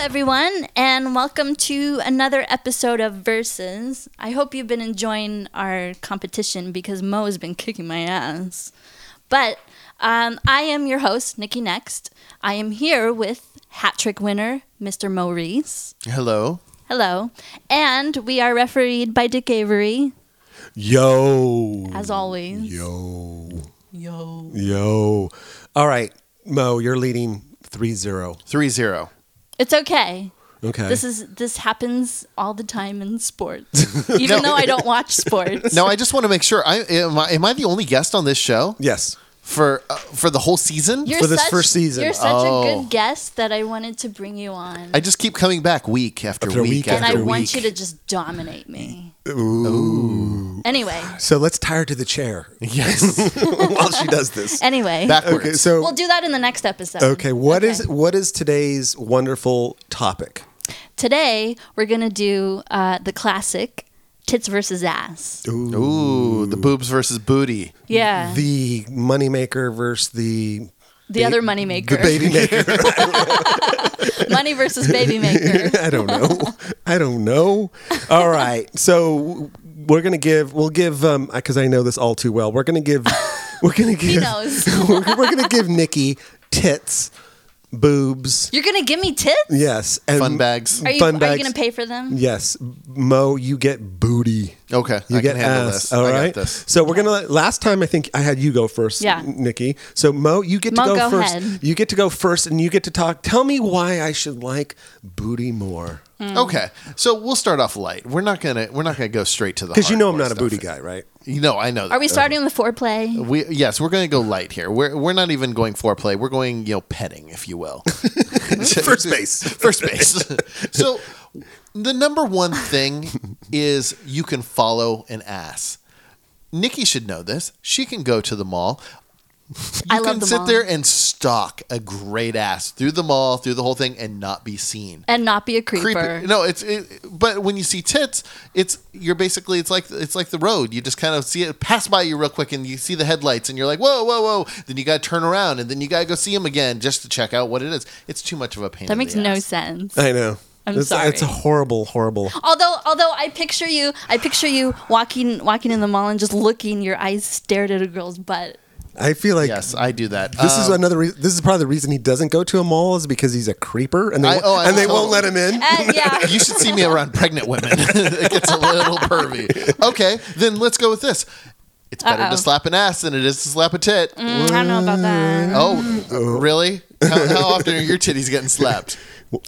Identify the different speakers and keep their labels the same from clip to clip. Speaker 1: everyone, and welcome to another episode of Verses. I hope you've been enjoying our competition because Mo has been kicking my ass. But um, I am your host, Nikki Next. I am here with hat trick winner, Mr. Mo Reese.
Speaker 2: Hello.
Speaker 1: Hello. And we are refereed by Dick Avery,
Speaker 3: Yo.
Speaker 1: as always.
Speaker 3: Yo. Yo. Yo. All right, Mo, you're leading 3 0.
Speaker 2: 3 0.
Speaker 1: It's okay.
Speaker 3: Okay.
Speaker 1: This is this happens all the time in sports. Even though I don't watch sports.
Speaker 2: Now, I just want to make sure. I am, I am I the only guest on this show
Speaker 3: yes.
Speaker 2: for uh, for the whole season?
Speaker 1: You're
Speaker 3: for this first season.
Speaker 1: You're such a
Speaker 2: Oh.
Speaker 1: good guest that I wanted to bring you on.
Speaker 2: I just keep coming back week after,
Speaker 3: After
Speaker 2: week,
Speaker 3: week
Speaker 1: and I
Speaker 2: after
Speaker 3: after
Speaker 2: week.
Speaker 1: want you to just dominate me. Ooh. Anyway,
Speaker 3: So let's tie her to the chair
Speaker 2: Yes.
Speaker 3: while she does this.
Speaker 1: anyway.
Speaker 2: Backwards.
Speaker 3: Okay, so
Speaker 1: we'll do that in the next episode.
Speaker 3: okay, what is
Speaker 1: Okay.
Speaker 3: what is today's wonderful topic?
Speaker 1: Today, we're going to do uh, the classic tits versus ass.
Speaker 2: Ooh, the boobs versus booty.
Speaker 1: Yeah. The,
Speaker 3: The moneymaker versus the
Speaker 1: other money maker.
Speaker 3: the baby maker.
Speaker 1: money versus baby maker.
Speaker 3: I don't know. I don't know. All right. So we're going to give we'll give um cuz I know this all too well. We're going to give we're going to give
Speaker 1: knows.
Speaker 3: we're, going to give Nikki tits, boobs.
Speaker 1: You're going to give me tits?
Speaker 3: Yes. And
Speaker 2: Fun bags.
Speaker 1: Are you, are
Speaker 3: fun
Speaker 1: you
Speaker 3: bags.
Speaker 1: going to pay for them?
Speaker 3: Yes, Mo, you get booty.
Speaker 2: Okay,
Speaker 3: you
Speaker 2: I
Speaker 3: get
Speaker 2: can handle
Speaker 3: ass,
Speaker 2: this.
Speaker 3: All
Speaker 2: I
Speaker 3: right.
Speaker 2: got this.
Speaker 3: So we're gonna. let- Last time I think I had you go first.
Speaker 1: Yeah.
Speaker 3: Nikki. So Mo, you get
Speaker 1: Mo,
Speaker 3: to
Speaker 1: go
Speaker 3: go, first.
Speaker 1: ahead.
Speaker 3: You get to go first, and you get to talk. Tell me why I should like booty more.
Speaker 1: Hmm.
Speaker 2: Okay. So we'll start off light. We're not going to we're not going to go straight to the
Speaker 3: Because you know I'm
Speaker 2: hardcore
Speaker 3: not a
Speaker 2: stuff.
Speaker 3: booty guy, right?
Speaker 2: You know, I know.
Speaker 1: Are we starting with
Speaker 3: Uh,
Speaker 1: foreplay?
Speaker 2: We yes, we're going to go light here. We're we're not even going foreplay. We're going you know petting, if you will.
Speaker 3: First base.
Speaker 2: First base. so the number one thing is you can follow an ass. Nikki should know this. She can go to the mall. You
Speaker 1: I love
Speaker 2: can
Speaker 1: the
Speaker 2: sit
Speaker 1: mall.
Speaker 2: there and stalk a great ass through the mall, through the whole thing, and not be seen.
Speaker 1: And not be a creeper.
Speaker 2: Creepy. No, it's it, but when you see tits, it's you're basically it's like it's like the road. You just kind of see it pass by you real quick, and you see the headlights, and you're like, whoa, whoa, whoa. Then you gotta turn around, and then you gotta go see them again just to check out what it is. It's too much of a pain.
Speaker 1: That
Speaker 2: in
Speaker 1: makes
Speaker 2: the
Speaker 1: no
Speaker 2: ass.
Speaker 1: sense.
Speaker 3: I know.
Speaker 1: I'm
Speaker 3: it's,
Speaker 1: sorry.
Speaker 3: It's a horrible, horrible.
Speaker 1: Although, although I picture you, I picture you walking, walking in the mall and just looking. Your eyes stared at a girl's butt.
Speaker 3: I feel like
Speaker 2: Yes, I do that.
Speaker 3: This is
Speaker 2: Um,
Speaker 3: another. Re- this is probably the reason he doesn't go to a mall is because he's a creeper, and they
Speaker 2: I-
Speaker 3: won't-
Speaker 2: oh, I
Speaker 3: and they
Speaker 2: totally-
Speaker 3: won't let him in.
Speaker 1: And Uh, yeah,
Speaker 2: you should see me around pregnant women. it gets a little pervy. Okay, then let's go with this. It's better
Speaker 1: Uh-oh.
Speaker 2: to slap an ass than it is to slap a tit.
Speaker 1: Mm, I don't know about that.
Speaker 2: Oh, really? How, how often are your titties getting slapped?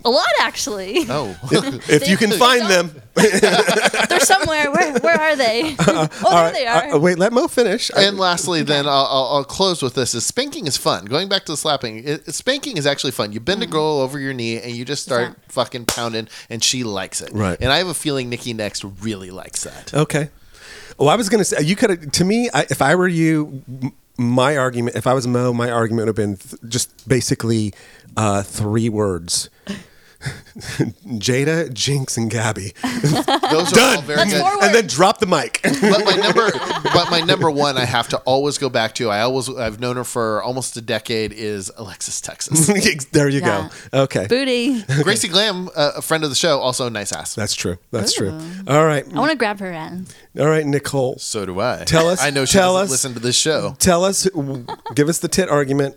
Speaker 1: A lot, actually.
Speaker 2: Oh,
Speaker 3: If you can find them.
Speaker 1: They're somewhere. Where, where are they? oh, there
Speaker 3: All right,
Speaker 1: they are.
Speaker 3: uh, wait, let Mo finish. I-
Speaker 2: and lastly, then I'll, I'll, I'll close with this: is spanking is fun. Going back to the slapping, it, spanking is actually fun. You bend a girl over your knee and you just start fucking pounding, and she likes it.
Speaker 3: Right.
Speaker 2: And I have a feeling Nikki next really likes that.
Speaker 3: Okay. Well, I was going to say you could. To me, I, if I were you, m- my argument. If I was Mo, my argument would have been th- just basically uh, three words: Jada, Jinx, and Gabby,
Speaker 2: Those are all very
Speaker 1: That's
Speaker 2: good.
Speaker 1: four
Speaker 3: and then drop the mic.
Speaker 2: but my number but my number one I have to always go back to. I always I've known her for almost a decade is Alexis Texas.
Speaker 3: there you
Speaker 1: Yeah.
Speaker 3: go. Okay,
Speaker 1: Booty.
Speaker 2: Gracie Glam, uh, a friend of the show, also a nice ass.
Speaker 3: that's true. That's true. All right,
Speaker 1: Uh-huh. I want to grab her ass.
Speaker 3: all right, Nicole.
Speaker 2: So do I.
Speaker 3: Tell us-
Speaker 2: I know she
Speaker 3: tell
Speaker 2: doesn't
Speaker 3: us-
Speaker 2: listen to this show.
Speaker 3: Tell us. w- Give us the tit argument.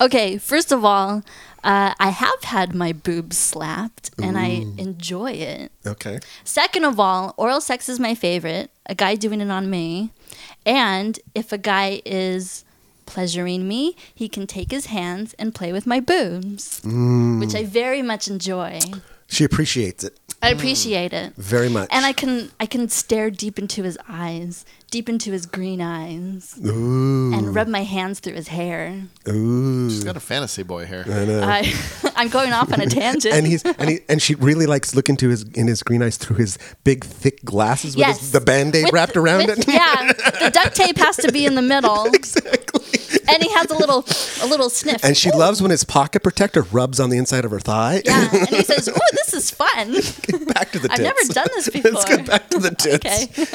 Speaker 1: Okay, first of all, uh, I have had my boobs slapped, and I
Speaker 3: Mm.
Speaker 1: enjoy it.
Speaker 3: Okay.
Speaker 1: Second of all, oral sex is my favorite. A guy doing it on me. And if a guy is pleasuring me, he can take his hands and play with my boobs,
Speaker 3: Mm.
Speaker 1: which I very much enjoy.
Speaker 3: She appreciates it
Speaker 1: I appreciate it.
Speaker 3: Mm. very much.
Speaker 1: And I can I can stare deep into his eyes, deep into his green eyes,
Speaker 3: Ooh.
Speaker 1: and rub my hands through his hair.
Speaker 3: Ooh.
Speaker 2: She's got a fantasy boy here.
Speaker 1: I, I'm going off on a tangent.
Speaker 3: and he's and he and she really likes looking to his in his green eyes through his big thick glasses with
Speaker 1: yes,
Speaker 3: his, the band-aid
Speaker 1: With-
Speaker 3: wrapped around
Speaker 1: with-
Speaker 3: it
Speaker 1: Yeah, the duct tape has to be in the middle.
Speaker 3: exactly
Speaker 1: and he has a little a little sniff.
Speaker 3: and she loves when his pocket protector rubs on the inside of her thigh
Speaker 1: Yeah, and he says, "Oh, this is fun."
Speaker 3: back to the
Speaker 1: I've
Speaker 3: tits
Speaker 1: never done this
Speaker 3: let's go
Speaker 1: before.
Speaker 3: back to the tits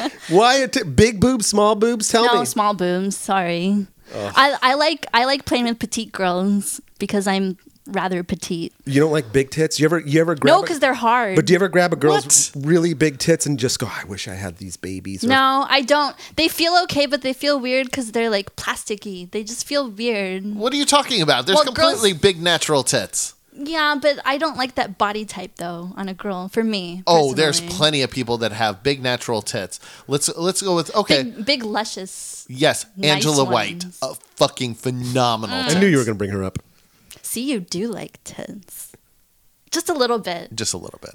Speaker 1: Okay.
Speaker 3: why a tit- big boobs small boobs tell
Speaker 1: no
Speaker 3: me
Speaker 1: small booms. Sorry. I, I like I like playing with petite girls because I'm rather petite.
Speaker 3: You don't like big tits. You ever you ever grab
Speaker 1: No,
Speaker 3: a-
Speaker 1: because they're hard.
Speaker 3: But do you ever grab a girl's
Speaker 2: What?
Speaker 3: really big tits and just go, I wish I had these babies? or-
Speaker 1: no, I don't. They feel okay, but they feel weird because they're like plasticky. They just feel weird.
Speaker 2: What are you talking about? There's
Speaker 1: Well,
Speaker 2: completely big natural tits.
Speaker 1: Yeah, but I don't like that body type though on a girl. For me,
Speaker 2: Oh, there's
Speaker 1: personally.
Speaker 2: plenty of people that have big natural tits. Let's let's go with okay.
Speaker 1: Big, big luscious.
Speaker 2: yes,
Speaker 1: nice
Speaker 2: Angela White,
Speaker 1: ones.
Speaker 2: a fucking phenomenal.
Speaker 3: I knew you were going to bring her up.
Speaker 1: See, you do like tits, just a little bit.
Speaker 2: just a little bit.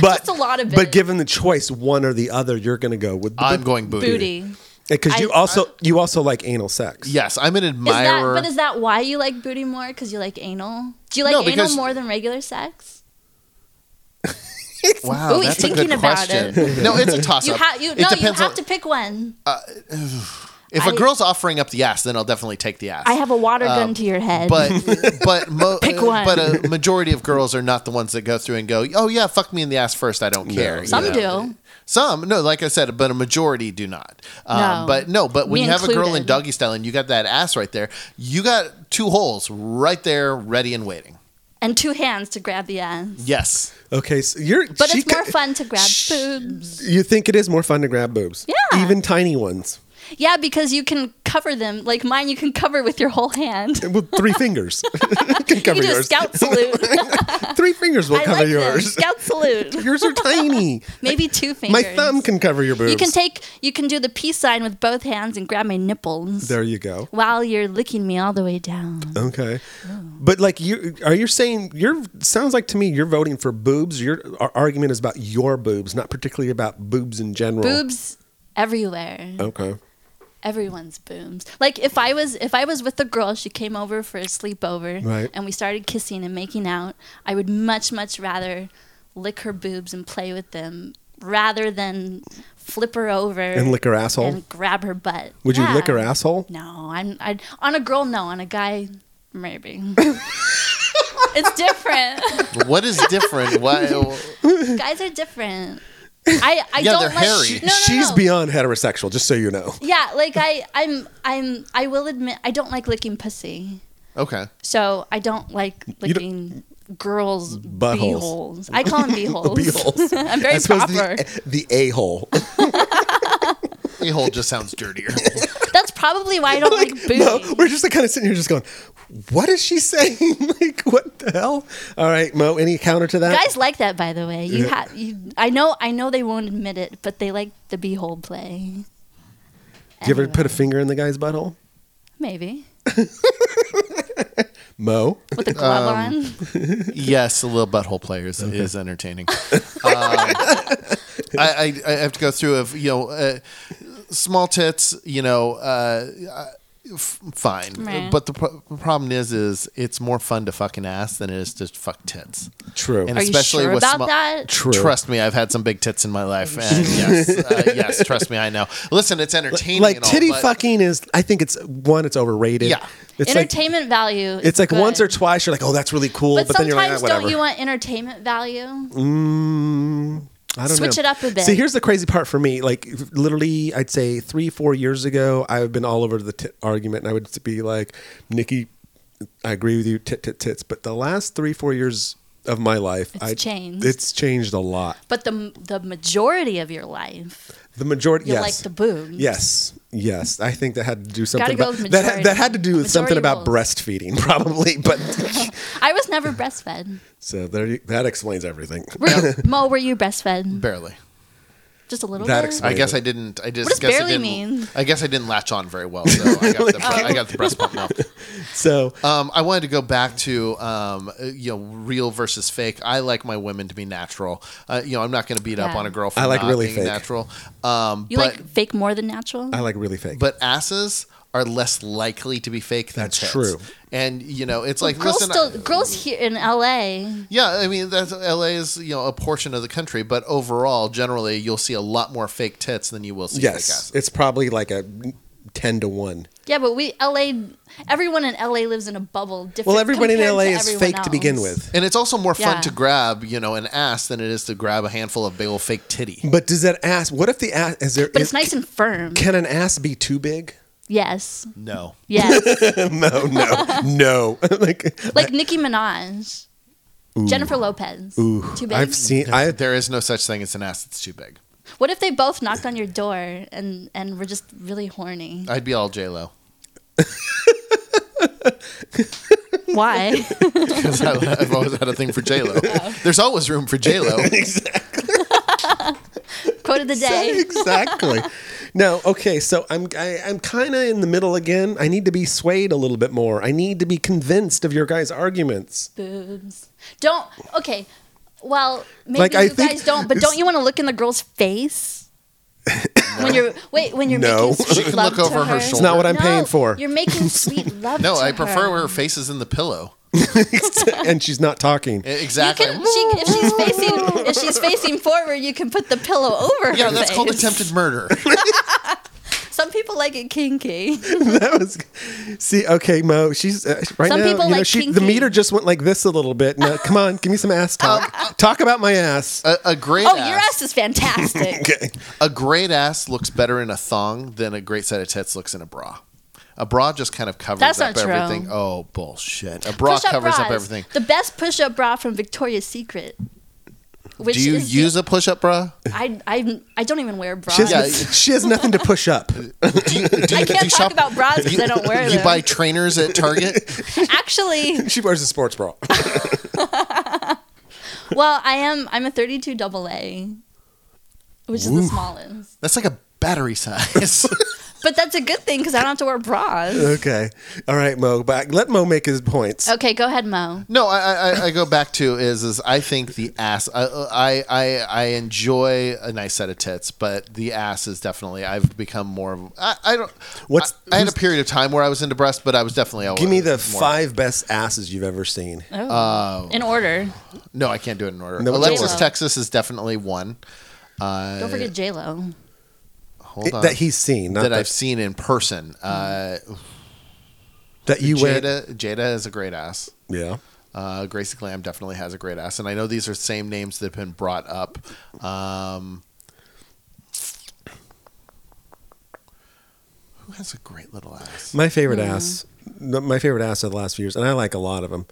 Speaker 3: But
Speaker 1: a lot of
Speaker 3: But
Speaker 1: it.
Speaker 3: given the choice, one or the other, you're going to go with
Speaker 2: I'm going booty.
Speaker 1: Booty.
Speaker 3: because you
Speaker 1: I-
Speaker 3: also you also like anal sex.
Speaker 2: Yes, I'm an
Speaker 1: Is that,
Speaker 2: admirer.
Speaker 1: but is that why you like booty more? Because you like anal? Do you like
Speaker 2: No,
Speaker 1: anal
Speaker 2: because-
Speaker 1: more than regular sex?
Speaker 2: wow,
Speaker 1: Ooh, he's
Speaker 2: that's a
Speaker 1: thinking
Speaker 2: good
Speaker 1: about
Speaker 2: question. no, it's a toss
Speaker 1: You
Speaker 2: up.
Speaker 1: have you no, you have to pick one.
Speaker 3: Uh,
Speaker 2: if a
Speaker 1: I-
Speaker 2: girl's offering up the ass, then I'll definitely take the ass.
Speaker 1: I have a water
Speaker 3: uh,
Speaker 1: gun to your head.
Speaker 2: but but mo- uh,
Speaker 1: Pick one.
Speaker 2: but a majority of girls are not the ones that go through and go, "Oh yeah, fuck me in the ass first, I don't care." you
Speaker 1: Some
Speaker 2: know?
Speaker 1: do.
Speaker 2: Some no, like I said, but a majority do not. Um,
Speaker 1: No.
Speaker 2: But no, but when
Speaker 1: Me
Speaker 2: you have a girl in
Speaker 1: included.
Speaker 2: doggy style and you got that ass right there, you got two holes right there, ready and waiting.
Speaker 1: and two hands to grab the ass.
Speaker 2: Yes,
Speaker 3: Okay, so you're.
Speaker 1: But
Speaker 3: she
Speaker 1: it's more
Speaker 3: could-
Speaker 1: fun to grab
Speaker 3: Sh-
Speaker 1: boobs.
Speaker 3: You think it is more fun to grab boobs?
Speaker 1: Yeah.
Speaker 3: Even tiny ones
Speaker 1: Yeah, because you can cover them. Like mine, you can cover with your whole hand.
Speaker 3: with three fingers. You can
Speaker 1: You
Speaker 3: cover
Speaker 1: do a
Speaker 3: yours.
Speaker 1: scout salute.
Speaker 3: Three fingers will
Speaker 1: I
Speaker 3: cover
Speaker 1: like yours.
Speaker 3: yours.
Speaker 1: Scout salute.
Speaker 3: Yours are tiny.
Speaker 1: Maybe two fingers.
Speaker 3: My thumb can cover your boobs.
Speaker 1: You can take. You can do the peace sign with both hands and grab my nipples
Speaker 3: There you go.
Speaker 1: while you're licking me all the way down.
Speaker 3: Okay,
Speaker 1: Oh.
Speaker 3: but like you are you saying you're sounds like to me you're voting for boobs. Your our argument is about your boobs, not particularly about boobs in general.
Speaker 1: boobs everywhere
Speaker 3: Okay.
Speaker 1: everyone's boobs like if i was if i was with a girl she came over for a sleepover
Speaker 3: Right.
Speaker 1: and we started kissing and making out i would much much rather lick her boobs and play with them rather than flip her over
Speaker 3: And lick her asshole?
Speaker 1: and grab her butt
Speaker 3: Would you lick
Speaker 1: Yeah.
Speaker 3: her asshole?
Speaker 1: no i'm I'd, on a girl no on a guy maybe it's different
Speaker 2: what is different? Why?
Speaker 1: guys are different i i
Speaker 2: Yeah,
Speaker 1: don't
Speaker 2: they're
Speaker 1: like
Speaker 2: hairy.
Speaker 1: No, no,
Speaker 3: She's
Speaker 1: no.
Speaker 3: beyond heterosexual. Just so you know.
Speaker 1: Yeah, like I, I'm, I'm, I will admit, I don't like licking pussy.
Speaker 2: Okay,
Speaker 1: So I don't like
Speaker 3: You don't-
Speaker 1: licking girls'
Speaker 3: Buttholes.
Speaker 1: beeholes. I call them beeholes.
Speaker 3: Beeholes.
Speaker 1: I'm very
Speaker 3: I suppose
Speaker 1: proper.
Speaker 3: the, the a hole.
Speaker 2: a hole just sounds dirtier.
Speaker 1: That's probably why I don't like, booty.
Speaker 3: no, we're just like kind of sitting here, just going, "What is she saying? like, what the hell?" All right, Mo. Any counter to that?
Speaker 1: Guys like that, by the way. You
Speaker 3: Yeah.
Speaker 1: have, you, I know, I know they won't admit it, but they like the beehole play.
Speaker 3: do you ever put a finger in the guy's butthole?
Speaker 1: Maybe
Speaker 3: Mo.
Speaker 1: with a glove
Speaker 3: Um,
Speaker 1: on.
Speaker 2: yes, a little butthole players is entertaining. um, I, I, I have to go through of you know uh, small tits, you know, uh, f- fine.
Speaker 1: Meh.
Speaker 2: But the pro- problem is, is it's more fun to fucking ass than it is to fuck tits.
Speaker 3: True.
Speaker 2: And
Speaker 1: Are you sure about that?
Speaker 3: True.
Speaker 2: Trust me, I've had some big tits in my life. And yes, uh, yes, trust me, I know. Listen, it's entertaining.
Speaker 3: like
Speaker 2: and all,
Speaker 3: titty
Speaker 2: but-
Speaker 3: fucking is i think it's one it's overrated
Speaker 2: Yeah.
Speaker 3: it's like
Speaker 1: entertainment value. is
Speaker 3: it's like
Speaker 1: good.
Speaker 3: once or twice you're like oh that's really cool
Speaker 1: But,
Speaker 3: but,
Speaker 1: sometimes
Speaker 3: then you're like ah, whatever
Speaker 1: don't you want entertainment value?
Speaker 3: Mm, I don't
Speaker 1: switch
Speaker 3: know.
Speaker 1: it up a bit.
Speaker 3: see here's the crazy part for me like literally i'd say three four years ago i've been all over the tit argument and i would be like nikki i agree with you tit tit tits but the last three four years of my life
Speaker 1: It's
Speaker 3: I,
Speaker 1: changed.
Speaker 3: it's changed a lot
Speaker 1: But the the majority of your life,
Speaker 3: the majority
Speaker 1: you
Speaker 3: yes
Speaker 1: like the boobs.
Speaker 3: Yes, yes. I think that had to do something
Speaker 1: go
Speaker 3: about
Speaker 1: with
Speaker 3: that. Had, that had to do with
Speaker 1: majority.
Speaker 3: something about
Speaker 1: Majority
Speaker 3: breastfeeding, probably. But
Speaker 1: I was never breastfed.
Speaker 3: so there, you, that explains everything.
Speaker 1: Were you, Mo, were you breastfed?
Speaker 2: Barely.
Speaker 1: Just a little
Speaker 3: That
Speaker 1: bit.
Speaker 3: explains-
Speaker 2: I guess I didn't. I just
Speaker 1: does
Speaker 2: guess
Speaker 1: barely
Speaker 2: I didn't,
Speaker 1: mean?
Speaker 2: I guess I didn't latch on very well. So I got the, I got the breast pump milk.
Speaker 3: So
Speaker 2: Um, I wanted to go back to um, uh, you know real versus fake. I like my women to be natural. Uh, you know, I'm not going to beat up
Speaker 1: Yeah.
Speaker 2: on a girl for
Speaker 3: I like
Speaker 2: not
Speaker 3: really
Speaker 2: being
Speaker 3: fake.
Speaker 2: natural. Um,
Speaker 1: you
Speaker 2: but
Speaker 1: like fake more than natural.
Speaker 3: I like really fake.
Speaker 2: but asses are less likely to be fake than
Speaker 3: That's
Speaker 2: tits.
Speaker 3: true.
Speaker 2: And you know, it's like
Speaker 1: girls
Speaker 2: listen.
Speaker 1: still girls here in L.A.
Speaker 2: yeah, I mean, that's LA is you know a portion of the country, but overall, generally, you'll see a lot more fake tits than you will see fake
Speaker 3: yes,
Speaker 2: asses.
Speaker 3: it's probably like a ten to one.
Speaker 1: Yeah, but we L.A. Everyone in L.A. lives in a bubble. Different.
Speaker 3: Well, everyone in
Speaker 1: compared
Speaker 3: LA
Speaker 1: to
Speaker 3: is
Speaker 1: everyone
Speaker 3: fake to begin
Speaker 1: else.
Speaker 3: with.
Speaker 2: And it's also more fun
Speaker 1: Yeah.
Speaker 2: to grab you know an ass than it is to grab a handful of big old fake titty.
Speaker 3: But does that ass? What if the ass? Is there?
Speaker 1: But
Speaker 3: is-
Speaker 1: it's nice and firm.
Speaker 3: Can an ass be too big?
Speaker 1: Yes.
Speaker 2: No.
Speaker 1: Yes.
Speaker 3: no, no, no. like,
Speaker 1: like Nicki Minaj. Jennifer Lopez.
Speaker 3: ooh,
Speaker 1: Too big.
Speaker 3: I've seen. I
Speaker 2: There is no such thing as an ass that's too big.
Speaker 1: What if they both knocked on your door and and were just really horny?
Speaker 2: I'd be all J Lo
Speaker 1: Why?
Speaker 2: because I've always had a thing for J Lo. There's always room for J Lo.
Speaker 1: Quote of the day.
Speaker 3: exactly. No, okay. So I'm I, I'm kind of in the middle again. I need to be swayed a little bit more. I need to be convinced of your guys' arguments.
Speaker 1: Boobs. Don't. Okay. Well, maybe
Speaker 3: Like, I
Speaker 1: you
Speaker 3: think
Speaker 1: guys don't. But don't
Speaker 3: it's-
Speaker 1: you want to look in the girl's face? When you're wait, when you're
Speaker 3: No.
Speaker 1: making
Speaker 2: She
Speaker 1: sweet
Speaker 2: can
Speaker 1: love
Speaker 2: look over
Speaker 1: to
Speaker 2: her
Speaker 1: her,
Speaker 2: shoulder. It's not
Speaker 3: what I'm
Speaker 1: No,
Speaker 3: paying for.
Speaker 1: You're making sweet love.
Speaker 2: No,
Speaker 1: to
Speaker 2: I prefer
Speaker 1: her.
Speaker 2: where her face is in the pillow.
Speaker 3: and she's not talking.
Speaker 2: E-
Speaker 1: You
Speaker 2: Exactly.
Speaker 1: can, she, if she's facing if she's facing forward, you can put the pillow over.
Speaker 2: yeah,
Speaker 1: her
Speaker 2: that's called
Speaker 1: face.
Speaker 2: attempted murder.
Speaker 1: Some people like it kinky.
Speaker 3: that was see okay mo she's uh, right
Speaker 1: Some
Speaker 3: now
Speaker 1: people
Speaker 3: you know
Speaker 1: like
Speaker 3: she the
Speaker 1: kinky.
Speaker 3: meter just went like this a little bit now come on give me some ass talk talk about my ass
Speaker 2: A, a great
Speaker 1: Oh,
Speaker 2: ass,
Speaker 1: your ass is fantastic.
Speaker 3: okay
Speaker 2: a great ass looks better in a thong than a great set of tits looks in a bra. A bra just kind of covers
Speaker 1: That's
Speaker 2: up
Speaker 1: not true.
Speaker 2: everything. Oh bullshit! A bra
Speaker 1: Push-up
Speaker 2: covers up
Speaker 1: bras.
Speaker 2: everything.
Speaker 1: The best push-up bra from Victoria's Secret. Which
Speaker 2: Do you
Speaker 1: is
Speaker 2: use a push-up bra?
Speaker 1: I, I I don't even wear bras.
Speaker 3: she has,
Speaker 2: Yeah,
Speaker 3: she has nothing to push up
Speaker 2: Do you, do you,
Speaker 1: I can't
Speaker 2: do you
Speaker 1: talk
Speaker 2: shop-
Speaker 1: about bras because I don't wear
Speaker 2: you
Speaker 1: them.
Speaker 2: buy trainers at Target?
Speaker 1: Actually,
Speaker 3: she wears a sports bra
Speaker 1: well, I am. I'm a 32 double A, which is the smallest.
Speaker 2: That's like a battery size.
Speaker 1: But that's a good thing because I don't have to wear bras.
Speaker 3: okay all right mo but let mo make his points
Speaker 1: Okay, go ahead, Mo.
Speaker 2: No, I, I- I, I go back to is is I think the ass I, I I I enjoy a nice set of tits, but the ass is definitely I've become more of I, I don't
Speaker 3: What's-
Speaker 2: I, I had a period of time where I was into breast, but I was definitely always
Speaker 3: give me the
Speaker 2: more-
Speaker 3: five best asses you've ever seen
Speaker 2: Oh.
Speaker 1: In order.
Speaker 2: No, I can't do it in order.
Speaker 3: No,
Speaker 2: Alexis
Speaker 1: J-Lo.
Speaker 2: Texas is definitely one. Uh,
Speaker 1: Don't forget J Lo.
Speaker 2: hold on.
Speaker 3: that he's seen not
Speaker 2: that
Speaker 3: that,
Speaker 2: I've seen in person. Uh,
Speaker 3: that you wear
Speaker 2: Jada Jada is a great ass.
Speaker 3: yeah
Speaker 2: Uh, Gracie Glam definitely has a great ass, and I know these are same names that have been brought up. Um, who has a great little ass?
Speaker 3: my favorite
Speaker 2: Mm-hmm.
Speaker 3: ass no, my favorite ass of the last few years and i like a lot of them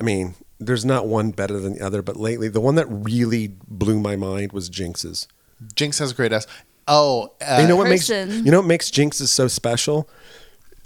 Speaker 3: i mean there's not one better than the other but lately the one that really blew my mind was jinx's
Speaker 2: Jinx has a great ass. Oh, uh,
Speaker 3: you know what
Speaker 1: person.
Speaker 3: makes you know what makes Jinx's so special?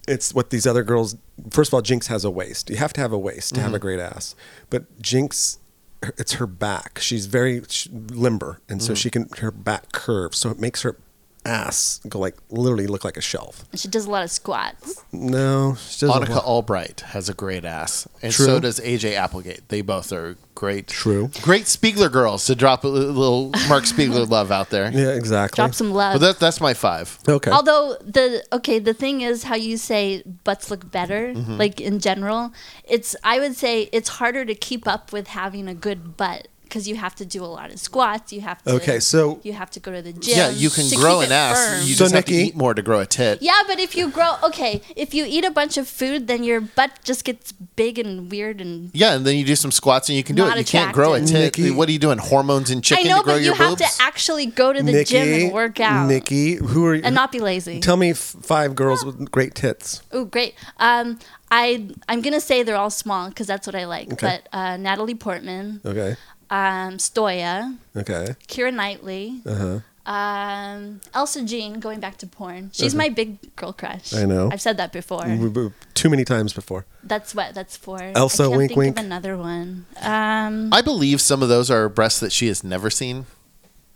Speaker 3: It's what these other girls. First of all, Jinx has a waist. You have to have a waist to have a
Speaker 2: Mm-hmm.
Speaker 3: great ass. But Jinx, her- it's her back. She's very sh limber, and
Speaker 2: Mm-hmm.
Speaker 3: so she can her back curves. So it makes her ass go like literally look like a shelf.
Speaker 1: She does a lot of squats.
Speaker 3: No, she doesn't.
Speaker 2: Monica Albright has a great ass, and
Speaker 3: True.
Speaker 2: so does AJ Applegate. They both are great.
Speaker 3: True.
Speaker 2: Great Spiegler girls to drop a little Mark Spiegler love out there.
Speaker 3: yeah, exactly.
Speaker 1: Drop some love.
Speaker 2: But that, that's my five.
Speaker 3: okay.
Speaker 1: Although the okay, the thing is how you say butts look better,
Speaker 2: Mm-hmm.
Speaker 1: like in general. It's I would say it's harder to keep up with having a good butt because you have to do a lot of squats. You have to
Speaker 3: Okay, so-
Speaker 1: you have to go to the gym.
Speaker 2: Yeah, you can
Speaker 1: to
Speaker 2: grow
Speaker 1: keep
Speaker 2: an
Speaker 1: it
Speaker 2: ass.
Speaker 1: firm.
Speaker 2: You
Speaker 3: So,
Speaker 2: just have to
Speaker 3: Nikki-
Speaker 2: eat more to grow a tit.
Speaker 1: yeah, but if you grow okay, if you eat a bunch of food, then your butt just gets big and weird and.
Speaker 2: Yeah, and then you do some squats and you can do
Speaker 1: Not
Speaker 2: it. You can't grow a tit.
Speaker 1: attractive.
Speaker 3: Nikki-
Speaker 2: what are you doing? Hormones and chicken
Speaker 1: I know,
Speaker 2: to grow
Speaker 1: but you
Speaker 2: your
Speaker 1: have
Speaker 2: boobs?
Speaker 1: to actually go to the
Speaker 3: Nikki,
Speaker 1: gym and work out
Speaker 3: Nikki, who are you?
Speaker 1: and not be lazy.
Speaker 3: Tell me f- five girls with great tits.
Speaker 1: Oh, great. Um, I I'm gonna say they're all small because that's what I like.
Speaker 3: Okay.
Speaker 1: But uh, Natalie Portman,
Speaker 3: Okay.
Speaker 1: um, Stoya,
Speaker 3: Okay.
Speaker 1: Kira Knightley,
Speaker 3: Uh-huh.
Speaker 1: um, Elsa Jean. Going back to porn, she's my big girl crush.
Speaker 3: I know.
Speaker 1: I've said that before.
Speaker 3: We- we- Too many times before.
Speaker 1: That's what that's for.
Speaker 3: Elsa,
Speaker 1: I can't
Speaker 3: wink,
Speaker 1: think
Speaker 3: wink.
Speaker 1: Of another one. Um,
Speaker 2: I believe some of those are breasts that she has never seen.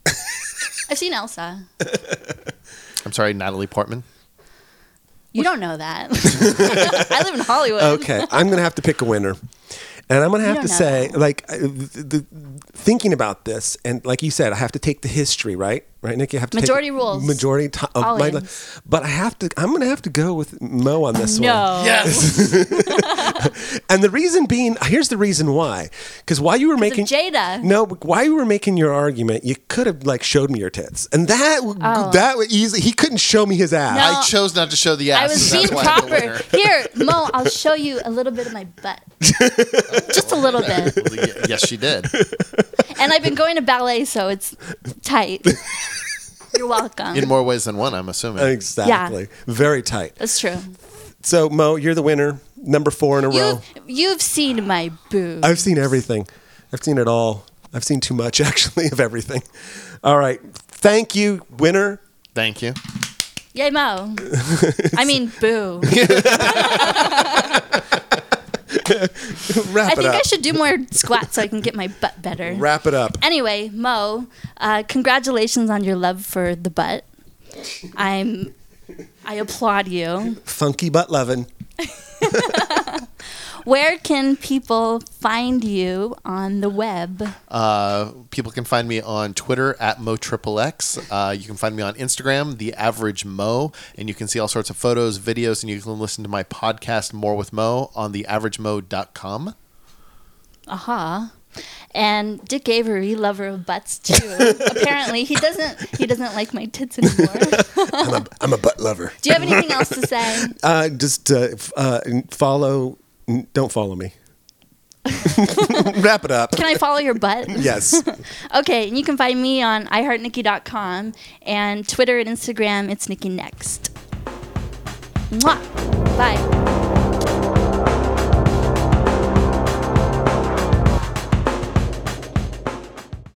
Speaker 1: I've seen Elsa.
Speaker 2: I'm sorry, Natalie Portman.
Speaker 1: You don't know that. I live in Hollywood.
Speaker 3: okay, I'm gonna have to pick a winner, and I'm gonna have
Speaker 1: don't
Speaker 3: to
Speaker 1: know.
Speaker 3: say, like, uh, I- the, the thinking about this, and like you said, I have to take the history, right? Right, Nikki, I have to take-
Speaker 1: Majority rules.
Speaker 3: majority ti of
Speaker 1: All
Speaker 3: my
Speaker 1: in.
Speaker 3: li- But I have to. I'm gonna have to go with Mo on this one.
Speaker 1: No.
Speaker 2: Yes.
Speaker 3: And the reason being, here's the reason why, because while you were making
Speaker 1: of Jada.
Speaker 3: no, but while you were making your argument, you could have like showed me your tits, and that w- that would easily he couldn't show me his ass.
Speaker 1: Oh. No.
Speaker 2: I chose not to show the ass.
Speaker 1: I was
Speaker 2: so
Speaker 1: being
Speaker 2: that's why I'm the
Speaker 1: proper.
Speaker 2: winner.
Speaker 1: Here, Mo, I'll show you a little bit of my butt. Just a little bit.
Speaker 2: Well, y- yes, she did.
Speaker 1: And I've been going to ballet, so it's tight. You're welcome.
Speaker 2: in more ways than one, I'm assuming.
Speaker 3: Exactly. Very tight.
Speaker 1: That's true.
Speaker 3: So Mo, you're the winner. Number four in a row.
Speaker 1: You you've seen my boobs.
Speaker 3: I've seen everything. I've seen it all. I've seen too much actually of everything. All right. Thank you, winner.
Speaker 2: Thank you.
Speaker 1: Yay Mo. I mean boo.
Speaker 3: Wrap
Speaker 1: I
Speaker 3: it
Speaker 1: think
Speaker 3: up.
Speaker 1: I should do more squats so I can get my butt better.
Speaker 3: Wrap it up.
Speaker 1: Anyway, Mo, uh, congratulations on your love for the butt. I'm I applaud you.
Speaker 3: Funky butt lovin'.
Speaker 1: Where can people find you on the web?
Speaker 2: Uh, people can find me on Twitter at Mo Triple X. Uh, you can find me on Instagram, The Average Mo, and you can see all sorts of photos, videos, and you can listen to my podcast, More with Mo, on theaveragemo.com.
Speaker 1: Aha. Uh-huh. And Dick Avery, lover of butts too. Apparently, he doesn't he doesn't like my tits anymore.
Speaker 3: I'm a butt lover.
Speaker 1: Do you have anything else to say?
Speaker 3: Uh, just uh, f- uh, follow. n- Don't follow me. Wrap it up.
Speaker 1: Can I follow your butt?
Speaker 3: Yes.
Speaker 1: Okay, and you can find me on iHeartNikki.com and Twitter and Instagram. It's Nikki Next. Mwah. Bye.